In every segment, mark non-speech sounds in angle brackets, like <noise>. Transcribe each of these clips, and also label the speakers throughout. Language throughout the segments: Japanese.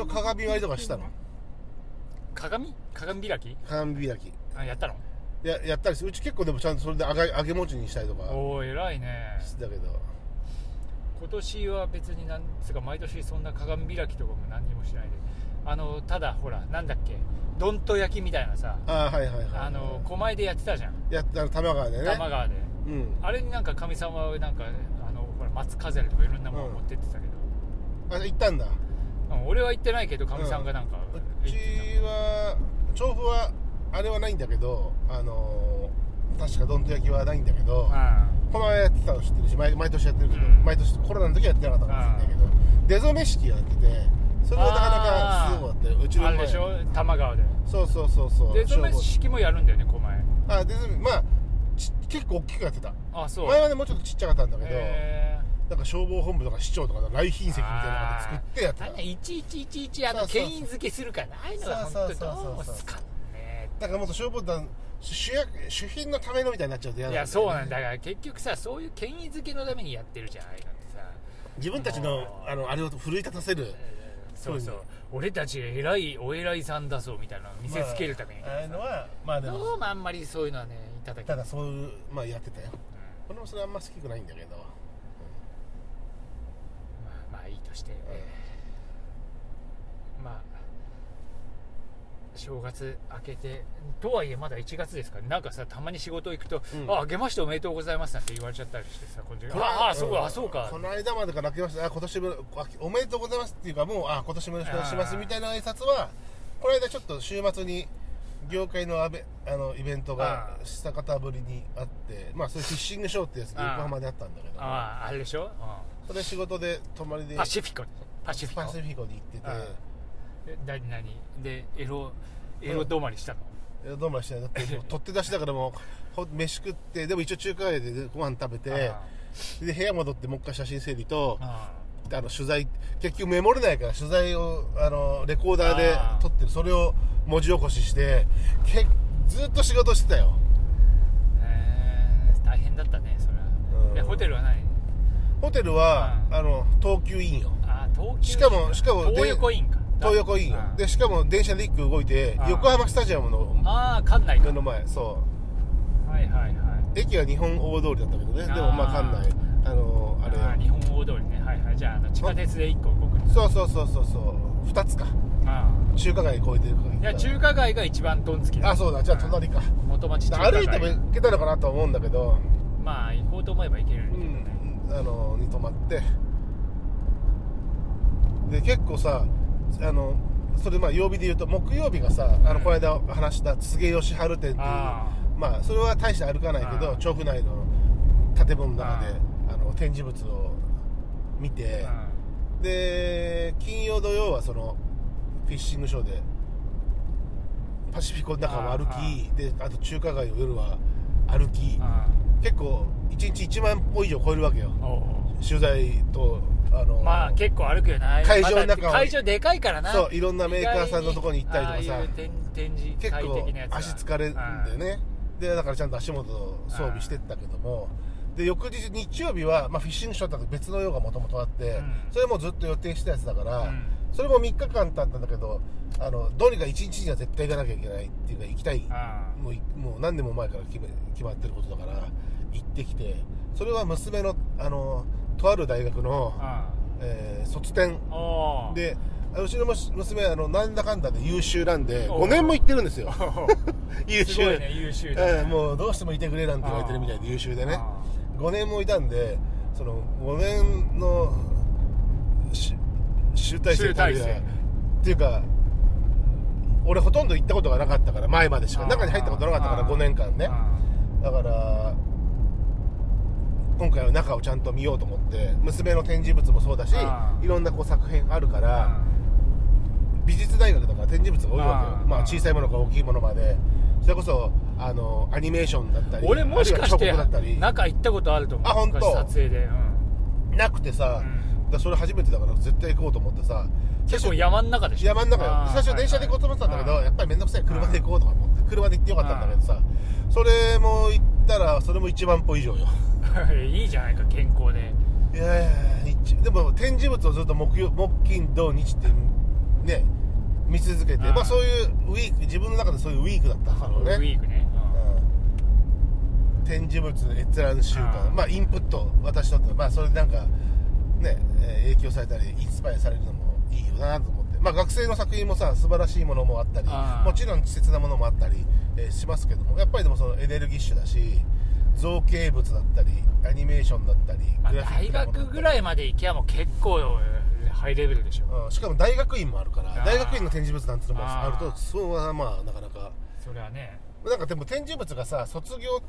Speaker 1: 応鏡割りとかしたの
Speaker 2: 鏡鏡開き
Speaker 1: 鏡開き
Speaker 2: あやったの
Speaker 1: ややったりするうち結構でもちゃんとそれで揚げ揚げ餅にしたりとか
Speaker 2: おお偉いね
Speaker 1: してたけど
Speaker 2: 今年は別になんつうか毎年そんな鏡開きとかも何にもしないであのただほらなんだっけどんと焼きみたいなさ
Speaker 1: ああはいはいはい
Speaker 2: あの狛江でやってたじゃん
Speaker 1: やったの玉川でね
Speaker 2: 多摩川で
Speaker 1: うん
Speaker 2: あれになんかかみさんはなんかあのほら松飾りとかいろんなもの持ってってたけど、
Speaker 1: あ行ったんだ
Speaker 2: うん俺は行ってないけどかみさんがなんか
Speaker 1: う
Speaker 2: 行
Speaker 1: ち
Speaker 2: って
Speaker 1: は調布はあれはないんだけどあのー確かどんと焼きはないんだけど、
Speaker 2: た、うん
Speaker 1: この前やってたの知ってるし毎毎年やってるけど、
Speaker 2: うん
Speaker 1: 毎年コロナの時はやってなかったかもしれないけど出初め式やっててそれもなかなかすごかったようちの
Speaker 2: あ
Speaker 1: 前
Speaker 2: れでしょ多摩川で
Speaker 1: そうそうそうそう
Speaker 2: でその
Speaker 1: 消防
Speaker 2: 式もやるんだよね狛
Speaker 1: あ出初めまあち結構大きくやってた
Speaker 2: 江あそう
Speaker 1: 前はねもうちょっとちっちゃかったんだけど、
Speaker 2: へ
Speaker 1: なんか消防本部とか市長とかの来賓席みたいなの
Speaker 2: あ
Speaker 1: が作ってやって
Speaker 2: あ
Speaker 1: た
Speaker 2: んな1111あの
Speaker 1: そうそうそう
Speaker 2: 牽引付けするからああいうのは本当にどうも好かんね
Speaker 1: だからもっと消防団主役主品のためのみたいになっちゃうと嫌
Speaker 2: い
Speaker 1: だ
Speaker 2: やそうなんだだから結局さそういう権威づけのためにやってるじゃんああいうのってさ
Speaker 1: 自分たちのあのあれを奮い立たせる
Speaker 2: そう
Speaker 1: そ
Speaker 2: そうう
Speaker 1: ね
Speaker 2: 俺たち偉いお偉いさんだそうみたいなのを見せつけるために、
Speaker 1: まあああいうのはまあで
Speaker 2: ど
Speaker 1: も
Speaker 2: うもあんまりそういうのはねいただけ
Speaker 1: た
Speaker 2: ない
Speaker 1: だそういうまあやってたよ俺もそれあんま好きくないんだけど
Speaker 2: まあまあいいとして、まあ正月明けてとはいえまだ1月ですからなんかさたまに仕事行くと「
Speaker 1: うん
Speaker 2: ああげましておめでとうございます」なんて言われちゃったりしてさこの時
Speaker 1: この間
Speaker 2: ああそうか、
Speaker 1: ん
Speaker 2: あそうか
Speaker 1: この間までから明けましたあ今年もあおめでとうございますっていうかもうあ今年もよろしくお願いしますみたいな挨拶はこの間ちょっと週末に業界のあべあのイベントが
Speaker 2: あ
Speaker 1: 久方ぶりにあってまあそれフィッシングショーってやつで
Speaker 2: ああ
Speaker 1: 横浜であったんだけど
Speaker 2: あああれでしょ、
Speaker 1: それ仕事で泊まり
Speaker 2: う
Speaker 1: で
Speaker 2: んパシフィコパシフィ
Speaker 1: パ
Speaker 2: コ
Speaker 1: シフィコに行ってて
Speaker 2: ああえ何何でエロエロ止まりしたの、
Speaker 1: えどうもらしてないだ
Speaker 2: <laughs>
Speaker 1: ってもう取って出しだからもうほ飯食ってでも一応中華街でご飯食べて
Speaker 2: あ
Speaker 1: で部屋戻ってもう一回写真整理と
Speaker 2: あ
Speaker 1: あの取材結局メモれないから取材をあのレコーダーで撮ってるそれを文字起こししてけずっと仕事してたよ
Speaker 2: うんえー大変だったねそれは、
Speaker 1: うん
Speaker 2: えホテルはない
Speaker 1: ホテルは
Speaker 2: うん
Speaker 1: あの東急インよ
Speaker 2: ああ東急
Speaker 1: しかもしかもで
Speaker 2: 東横インか
Speaker 1: 東横インよ
Speaker 2: うん
Speaker 1: でしかも電車で一区動いて
Speaker 2: うん
Speaker 1: 横浜スタジアムの
Speaker 2: ああ館内か
Speaker 1: 目の前そ
Speaker 2: はいはいは
Speaker 1: う駅は日本大通りだったけどねで
Speaker 2: あー
Speaker 1: もまあ館内あのあれ
Speaker 2: いあー日本大通りねはいはいじゃああの地下鉄で1個動く
Speaker 1: そうそうそうそうそう2つか
Speaker 2: あ
Speaker 1: 中華街越えてるから
Speaker 2: あいや中華街が一番トン付きだ
Speaker 1: あそうだじゃあ隣か
Speaker 2: 元町中華
Speaker 1: 歩
Speaker 2: 街
Speaker 1: いても行けたのかなとは思うんだけど
Speaker 2: まあ行こうと思えば行けるけ
Speaker 1: う
Speaker 2: どね、
Speaker 1: んあのに泊まってで結構さあのそれまあ曜日で言うと木曜日がさあのこの間話した柘義治店っていう
Speaker 2: あ
Speaker 1: まあそれは大して歩かないけ
Speaker 2: あ
Speaker 1: ど
Speaker 2: ー
Speaker 1: 調布内の建物の中で
Speaker 2: あ
Speaker 1: あの展示物を見て
Speaker 2: う
Speaker 1: で金曜土曜はそのフィッシングショーでパシフィコの中を歩
Speaker 2: あー
Speaker 1: きであと中華街を夜は歩き
Speaker 2: んあ
Speaker 1: 結構1日1万歩以上超えるわけよ
Speaker 2: あおう
Speaker 1: 取材とあの
Speaker 2: まあ結構歩くよな
Speaker 1: 会場の中を
Speaker 2: また会場でかいからな
Speaker 1: そういろんなメーカーさんのとこに行ったりとかさ
Speaker 2: 意外にああいう展展示
Speaker 1: 結
Speaker 2: 会
Speaker 1: 構
Speaker 2: 的なやつは
Speaker 1: 足疲れるんだよねでだからちゃんと足元を装備してったけどもで翌日日曜日は、まあ、フィッシングショーとは別の用がもともとあって、
Speaker 2: うん
Speaker 1: それもずっと予定してたやつだから、
Speaker 2: うん
Speaker 1: それも3日間経ったんだけどあのどうにか1日には絶対行かなきゃいけないっていうか行きたい
Speaker 2: うんあ
Speaker 1: もういもう何年も前から決め決まってることだから行ってきてそれは娘のあのとある大学の、
Speaker 2: あ
Speaker 1: えー卒展
Speaker 2: うんおう
Speaker 1: であうちの娘娘あのなんだかんだで優秀なんで
Speaker 2: お
Speaker 1: 5年も行ってるんですよ <laughs> 優
Speaker 2: すごいね優秀だね
Speaker 1: ええもうどうしてもいてくれなんて言われてるみたいで優秀でね
Speaker 2: あ
Speaker 1: 5年もいたんでその5年のし集大成
Speaker 2: 集
Speaker 1: とい
Speaker 2: 大
Speaker 1: うか
Speaker 2: 成
Speaker 1: っていうか俺ほとんど行ったことがなかったから前までしか
Speaker 2: あー
Speaker 1: 中に入ったことなかったから
Speaker 2: あー
Speaker 1: 5年間ね
Speaker 2: あ
Speaker 1: だから今回は中をちゃんと見ようと思って娘の展示物もそうだし
Speaker 2: あー
Speaker 1: いろんなこう作品あるか
Speaker 2: あ
Speaker 1: ら美術大学だから展示物が多いわけ
Speaker 2: あ
Speaker 1: よ
Speaker 2: ー
Speaker 1: まあ小さいものから大きいものまでそれこそあのアニメーションだったり
Speaker 2: 俺もしかし
Speaker 1: あるい
Speaker 2: て
Speaker 1: は彫刻だったりな
Speaker 2: 中行ったことあると思う
Speaker 1: あ本当
Speaker 2: 昔撮影で、うん
Speaker 1: くてさ、
Speaker 2: うん
Speaker 1: だからそれ初めてだから絶対行こうと思ってさ
Speaker 2: 結構山の中でしょ
Speaker 1: 山の中よ
Speaker 2: あー
Speaker 1: 最初電車で行こうと思ってたんだけど、
Speaker 2: はいはい
Speaker 1: やっぱり面倒くさい車で行こうとか思って車で行ってよかったんだけどさそれも行ったらそれも1万歩以上よ
Speaker 2: <laughs> いいじゃないか健康で
Speaker 1: いやいやいや一でも展示物をずっと木曜木金土日ってね見続けて、
Speaker 2: うん
Speaker 1: まあそういうウィーク自分の中でそういうウィークだったんだろうね
Speaker 2: ウィークね、
Speaker 1: うん展示物閲覧習慣
Speaker 2: うん
Speaker 1: まあインプット私とってまあそれでなんかね、えー影響されたりインスパイアされるのもいいよなと思ってまあ学生の作品もさ素晴らしいものもあったり
Speaker 2: うん
Speaker 1: もちろん稚拙なものもあったり、えーしますけどもやっぱりでもそのエネルギッシュだし造形物だったりアニメーションだったり
Speaker 2: まあ、
Speaker 1: グラフィッ
Speaker 2: 大
Speaker 1: クなものだ
Speaker 2: 学
Speaker 1: ったり
Speaker 2: ぐらいまで行きゃもう結構えーハイレベルでしょ、
Speaker 1: うんしかも大学院もあるから
Speaker 2: あー
Speaker 1: 大学院の展示物なんてのもある
Speaker 2: あ
Speaker 1: と
Speaker 2: ー
Speaker 1: そうはまあなかなか
Speaker 2: それはね
Speaker 1: なんかでも展示物がさ卒業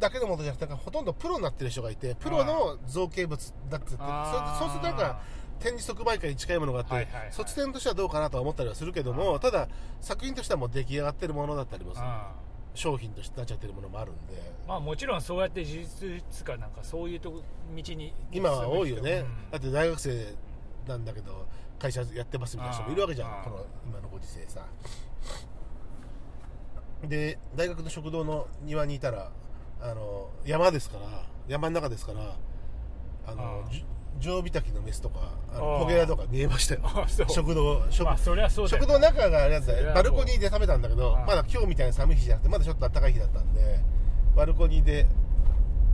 Speaker 1: だけのものじゃなくてなんかほとんどプロになってる人がいてプロの造形物だって言って
Speaker 2: あー
Speaker 1: それそうするとなんか展示即売会に近いものがあって、
Speaker 2: はいはいはい
Speaker 1: 卒展としてはどうかなとは思ったりはするけどもただ作品としてはもう出来上がってるものだったりも
Speaker 2: うん
Speaker 1: さ商品としてなっちゃってるものもあるんで、
Speaker 2: まあもちろんそうやって事実かなんかそういうとこ道に
Speaker 1: 今は多いよね、
Speaker 2: う
Speaker 1: だ
Speaker 2: ん
Speaker 1: って大学生なんだけど会社やってますみたいな人もいるわけじゃん
Speaker 2: あー
Speaker 1: この今のご時世さで大学の食堂の庭にいたらあの山ですから山の中ですからあの
Speaker 2: あー
Speaker 1: じゅ常備炊きのメスとかあの
Speaker 2: あー
Speaker 1: 焦げ屋とか見えましたよ
Speaker 2: あそう
Speaker 1: 食堂食,、
Speaker 2: まあそりゃそうだよ
Speaker 1: 食堂の中があれだった
Speaker 2: そりゃもう
Speaker 1: バルコニーで食べたんだけど
Speaker 2: あー
Speaker 1: まだ今日みたいな寒い日じゃなくてまだちょっと暖かい日だったんでバルコニーで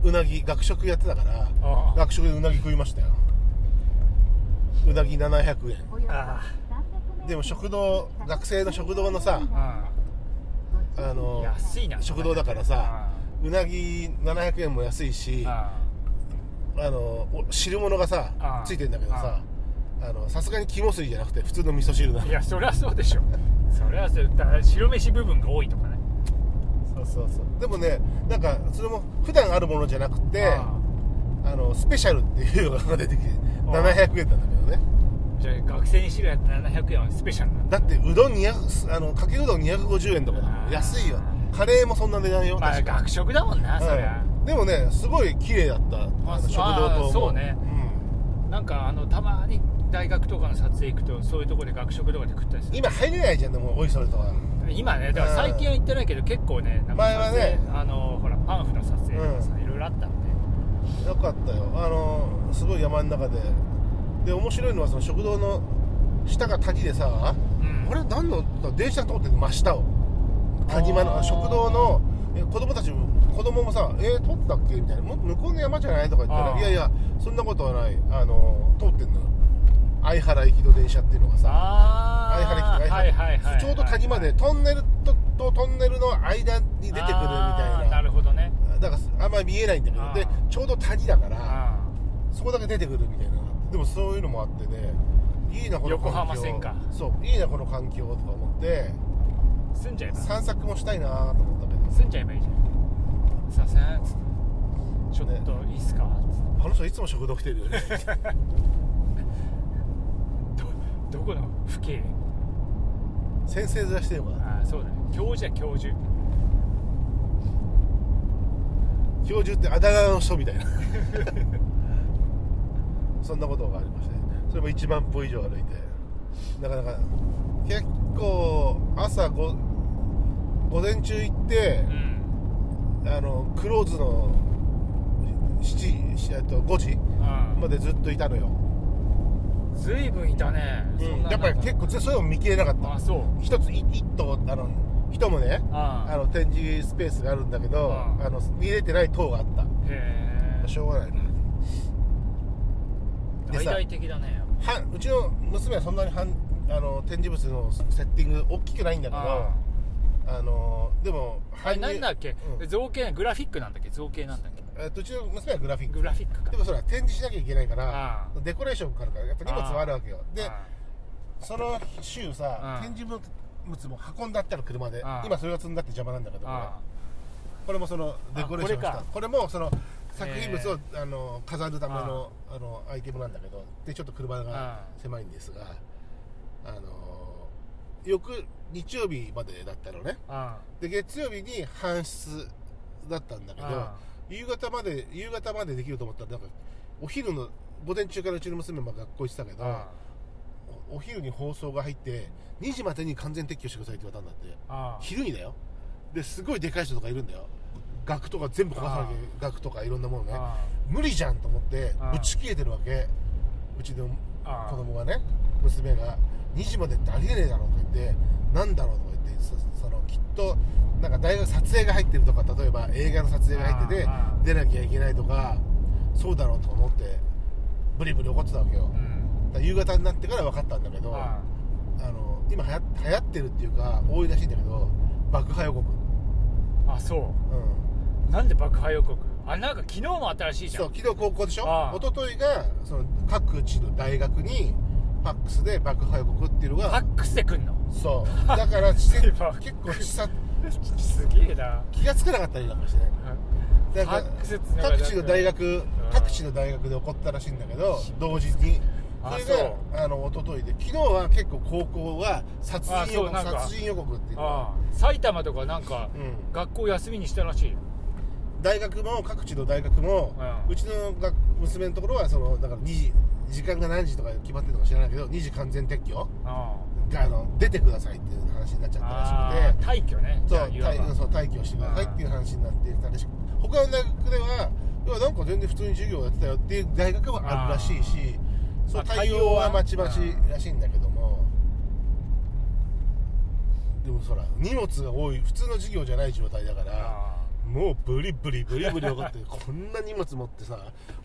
Speaker 1: うなぎ学食やってたから
Speaker 2: ああ
Speaker 1: 学食でうなぎ食いましたようなぎ700円
Speaker 2: あ
Speaker 1: でも食堂学生の食堂のさ
Speaker 2: あ
Speaker 1: あの
Speaker 2: 安いな
Speaker 1: 食堂だからさうなぎ700円も安いしあ
Speaker 2: あ
Speaker 1: のお汁物がさ
Speaker 2: あ
Speaker 1: ついてんだけどさあのさすがに肝水じゃなくて普通の味噌汁な
Speaker 2: あ
Speaker 1: の
Speaker 2: いやそりゃそうでしょそりゃそうだから白飯部分が多いとかね
Speaker 1: そうそうそうでもねなんかそれも普段あるものじゃなくて
Speaker 2: あ
Speaker 1: あのスペシャルっていうのが出てきて700円なんだけどね
Speaker 2: あじゃあ学生にしろやったら700円はスペシャルなんだ
Speaker 1: だってうどん200あのかけうどん250円とかだもん安いよカレーもそんな値段よ
Speaker 2: まあ
Speaker 1: 確か
Speaker 2: 学食だもんなそりゃ
Speaker 1: うんでもねすごい綺麗だった
Speaker 2: あ
Speaker 1: あの
Speaker 2: そう
Speaker 1: 食堂
Speaker 2: あ
Speaker 1: と
Speaker 2: ーそうね
Speaker 1: うん
Speaker 2: なんかあのたまに大学とかの撮影行くとそういうところで学食とかで食ったりする
Speaker 1: 今入れないじゃんでもおいそれとは
Speaker 2: 今ねだから最近は行ってないけど結構ねなんか
Speaker 1: 前はね
Speaker 2: 撮影あのほらパンフの撮影とかさ、いろいろあったんで
Speaker 1: よかったよあのすごい山の中でで面白いのはその食堂の下が谷でさ、
Speaker 2: うん
Speaker 1: あれ何の電車通ってる真下を谷間
Speaker 2: あ
Speaker 1: の
Speaker 2: ー
Speaker 1: 食堂のえ子供たちも子供もさ「えー、通ったっけ?」みたいな「もっと向こうの山じゃない?」とか言った
Speaker 2: あ
Speaker 1: ら「
Speaker 2: ー
Speaker 1: いやいやそんなことはないあの通ってんのよ相原行きの電車っていうのがさ
Speaker 2: あ
Speaker 1: 相原
Speaker 2: あ
Speaker 1: 駅と
Speaker 2: はい
Speaker 1: 相
Speaker 2: はいはい
Speaker 1: 原駅ちょうど谷までトンネルととトンネルの間に出てくるみたい
Speaker 2: あーな
Speaker 1: な
Speaker 2: るほどね
Speaker 1: だからあんまり見えないんだけど
Speaker 2: あー
Speaker 1: でちょうど谷だから
Speaker 2: あ
Speaker 1: そこだけ出てくるみたいなでもそういうのもあってねいいなこの環境
Speaker 2: 横浜線か
Speaker 1: そういいなこの環境とか思って
Speaker 2: ー住んじゃえば
Speaker 1: 散策もしたいなと思ったけど
Speaker 2: 住んじゃえばいいじゃんさあさあつってちょっといいっすか、つっ
Speaker 1: あの人いつも食堂来てるよね
Speaker 2: てどどこの府警
Speaker 1: 先生面してるから
Speaker 2: ああそうだね教授や教授
Speaker 1: 教授ってあだ名の人みたいなそんなことがありましてそれも1万歩以上歩いてなかなか結構朝ご午前中行って
Speaker 2: うん
Speaker 1: あのクローズの7しえっと5時
Speaker 2: うん
Speaker 1: までずっといたのよ、
Speaker 2: ずいぶんいたね、
Speaker 1: うん
Speaker 2: そんな
Speaker 1: やっぱり
Speaker 2: 中
Speaker 1: 結構ぜそういうのも見切れなかった
Speaker 2: あそう
Speaker 1: 一つい一棟あの一棟ね
Speaker 2: あ
Speaker 1: あの展示スペースがあるんだけど
Speaker 2: あ
Speaker 1: あの見れてない棟があった
Speaker 2: へえ
Speaker 1: しょうがないなで
Speaker 2: 大
Speaker 1: さ
Speaker 2: 々的だね
Speaker 1: はうちの娘はそんなにはんあの展示物のセッティング大きくないんだけど
Speaker 2: あ
Speaker 1: あのでも
Speaker 2: あ
Speaker 1: 搬
Speaker 2: れ
Speaker 1: 入
Speaker 2: なんだっけ、
Speaker 1: うん
Speaker 2: 造形グラフィックなんだっけ造形なんだっけ
Speaker 1: えっとうちの娘はグラフィック
Speaker 2: グラフィックか
Speaker 1: でもそれは展示しなきゃいけないから
Speaker 2: ああ
Speaker 1: デコレーションがあるからやっぱ荷物はあるわけよで
Speaker 2: あ
Speaker 1: その週さ
Speaker 2: ああ
Speaker 1: 展示物も運んだったの車で
Speaker 2: ああ
Speaker 1: 今それが積んだって邪魔なんだけどこれ
Speaker 2: あ
Speaker 1: これもそのデコレーションした
Speaker 2: あこれか
Speaker 1: これもその作品物をあの飾るためのあのアイテムなんだけどでちょっと車が
Speaker 2: あ
Speaker 1: 狭いんですがあの翌日曜日までだったのね
Speaker 2: あ
Speaker 1: で月曜日に搬出だったんだけど
Speaker 2: あ
Speaker 1: 夕方まで夕方までできると思ったらなんかお昼の午前中からうちの娘も学校行ってたけど
Speaker 2: あ
Speaker 1: おお昼に放送が入って2時までに完全撤去してくださいって言われたんだって
Speaker 2: あ
Speaker 1: 昼にだよですごいでかい人とかいるんだよ額とか全部壊さなきゃ額とかいろんなものね
Speaker 2: あ
Speaker 1: 無理じゃんと思って
Speaker 2: ああ
Speaker 1: ぶち切れてるわけうちの
Speaker 2: ああ
Speaker 1: 子供がね娘が2時までってありえねえだろうってってなんだろうとか言ってそそのきっとなんか大学撮影が入ってるとか例えば映画の撮影が入ってて
Speaker 2: あー
Speaker 1: 出なきゃいけないとかそうだろうとか思ってブリブリ怒ってたわけよ
Speaker 2: うん
Speaker 1: だから夕方になってから分かったんだけどあ
Speaker 2: あ
Speaker 1: の今流行流行ってるっていうか多いらしいんだけど爆破予告
Speaker 2: あそ
Speaker 1: うん
Speaker 2: うなんで爆破予告あなんか昨日も新しいじゃ
Speaker 1: そうん昨日高校でしょ
Speaker 2: ああ
Speaker 1: 一昨日がその各地の大学にファックスで爆破予告っていうの
Speaker 2: ファ
Speaker 1: が
Speaker 2: ックスで来
Speaker 1: <laughs>
Speaker 2: んの
Speaker 1: そうだからし
Speaker 2: フ <laughs>
Speaker 1: て
Speaker 2: ァックス
Speaker 1: 結構しさ
Speaker 2: すげえな
Speaker 1: 気がつかなかったりなんかしてねだから
Speaker 2: ファックスってのが
Speaker 1: 各地の大学
Speaker 2: ん
Speaker 1: 各地の大学で起こったらしいんだけど同時に
Speaker 2: あ
Speaker 1: それがあの一昨日で昨日は結構高校は殺
Speaker 2: あ
Speaker 1: 人
Speaker 2: そ
Speaker 1: 予
Speaker 2: うな
Speaker 1: 告
Speaker 2: んか
Speaker 1: 殺人予告っていうのが
Speaker 2: ああ埼玉とかなんか
Speaker 1: うん
Speaker 2: 学校休みにしたらしいよ
Speaker 1: 大学も各地の大学も、
Speaker 2: う
Speaker 1: うんちのが娘のところはそのだから2時時間が何時とか決まってるのか知らないけど2時完全撤去
Speaker 2: あ
Speaker 1: あの出てくださいっていう話になっちゃった
Speaker 2: あ
Speaker 1: らしくて
Speaker 2: あ退去ね
Speaker 1: そ
Speaker 2: じゃあ
Speaker 1: う
Speaker 2: いわば
Speaker 1: 退そう退去してくださいっていう話になってたらしく他の大学ではいやなんか全然普通に授業やってたよっていう大学もあるらしいしそ
Speaker 2: あ
Speaker 1: う
Speaker 2: 対
Speaker 1: 対
Speaker 2: 応
Speaker 1: 応
Speaker 2: は
Speaker 1: はまちまちらしいんだけどもでもそら荷物が多い普通の授業じゃない状態だから
Speaker 2: あ
Speaker 1: もうブリブリブリブリ分かってこんな荷物持ってさ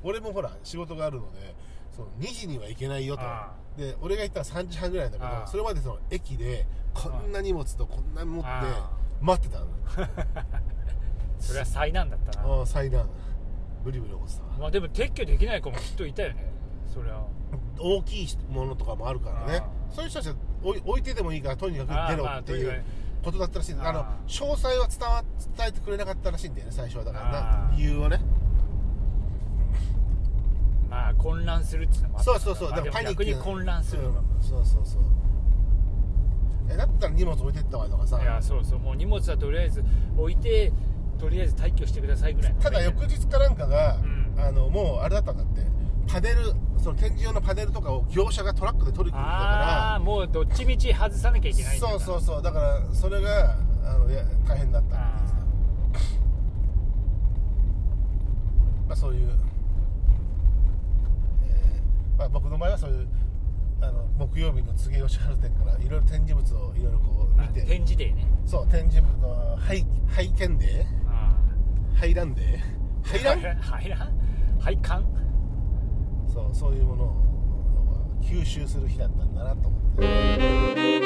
Speaker 1: 俺もほら仕事があるのでその2時には行けないよと
Speaker 2: あ
Speaker 1: で俺が行ったら3時半ぐらいなんだけ
Speaker 2: あ
Speaker 1: どそれまでその駅でこんな荷物とこんな持って
Speaker 2: あ
Speaker 1: 待ってたの
Speaker 2: それは災難だったな
Speaker 1: ああ災難ブリブリ怒ってたわ
Speaker 2: まあでも撤去できない子もきっといたよねそれは
Speaker 1: 大きいものとかもあるからね
Speaker 2: あ
Speaker 1: そういう人たちは置い置いてでもいいからとにか
Speaker 2: あ
Speaker 1: く
Speaker 2: あ
Speaker 1: 出ろ
Speaker 2: まあ
Speaker 1: って
Speaker 2: と
Speaker 1: い
Speaker 2: にか
Speaker 1: うことだったらしいんだあの
Speaker 2: ああ
Speaker 1: 詳細は伝わ伝えてくれなかったらしいんだよね最初はだから
Speaker 2: ああ
Speaker 1: な理由をね
Speaker 2: まあ混乱するっていうのもあった
Speaker 1: そ
Speaker 2: ん
Speaker 1: うそうそう、
Speaker 2: まあでも逆に混乱するの
Speaker 1: う
Speaker 2: が
Speaker 1: んそうそうそうえだったら荷物置いてったわとかさ
Speaker 2: いやそうそうもう荷物はとりあえず置いてとりあえず退去してくださいぐらいの
Speaker 1: ただ翌日かなんかが、
Speaker 2: うん
Speaker 1: あのもうあれだったんだってパネルその展示用のパネルとかを業者がトラックで取りに来る
Speaker 2: ああ
Speaker 1: か
Speaker 2: もうどっちみち外さなきゃいけ
Speaker 1: ら
Speaker 2: ないんだ
Speaker 1: そうそうそうだからそれがあのいや大変だったって言ってた
Speaker 2: あ
Speaker 1: まあそういう、えーまあ、僕の場合はそういうあの木曜日の柘植吉春店からいろいろ展示物をいろいろこう見
Speaker 2: あ
Speaker 1: て
Speaker 2: 展示デーね
Speaker 1: そう展示部の拝拝見で
Speaker 2: あ
Speaker 1: 拝覧
Speaker 2: <laughs>
Speaker 1: で
Speaker 2: あ
Speaker 1: 拝覧
Speaker 2: <laughs> 入らん配管
Speaker 1: そうそういうものを吸収する日だったんだなと思って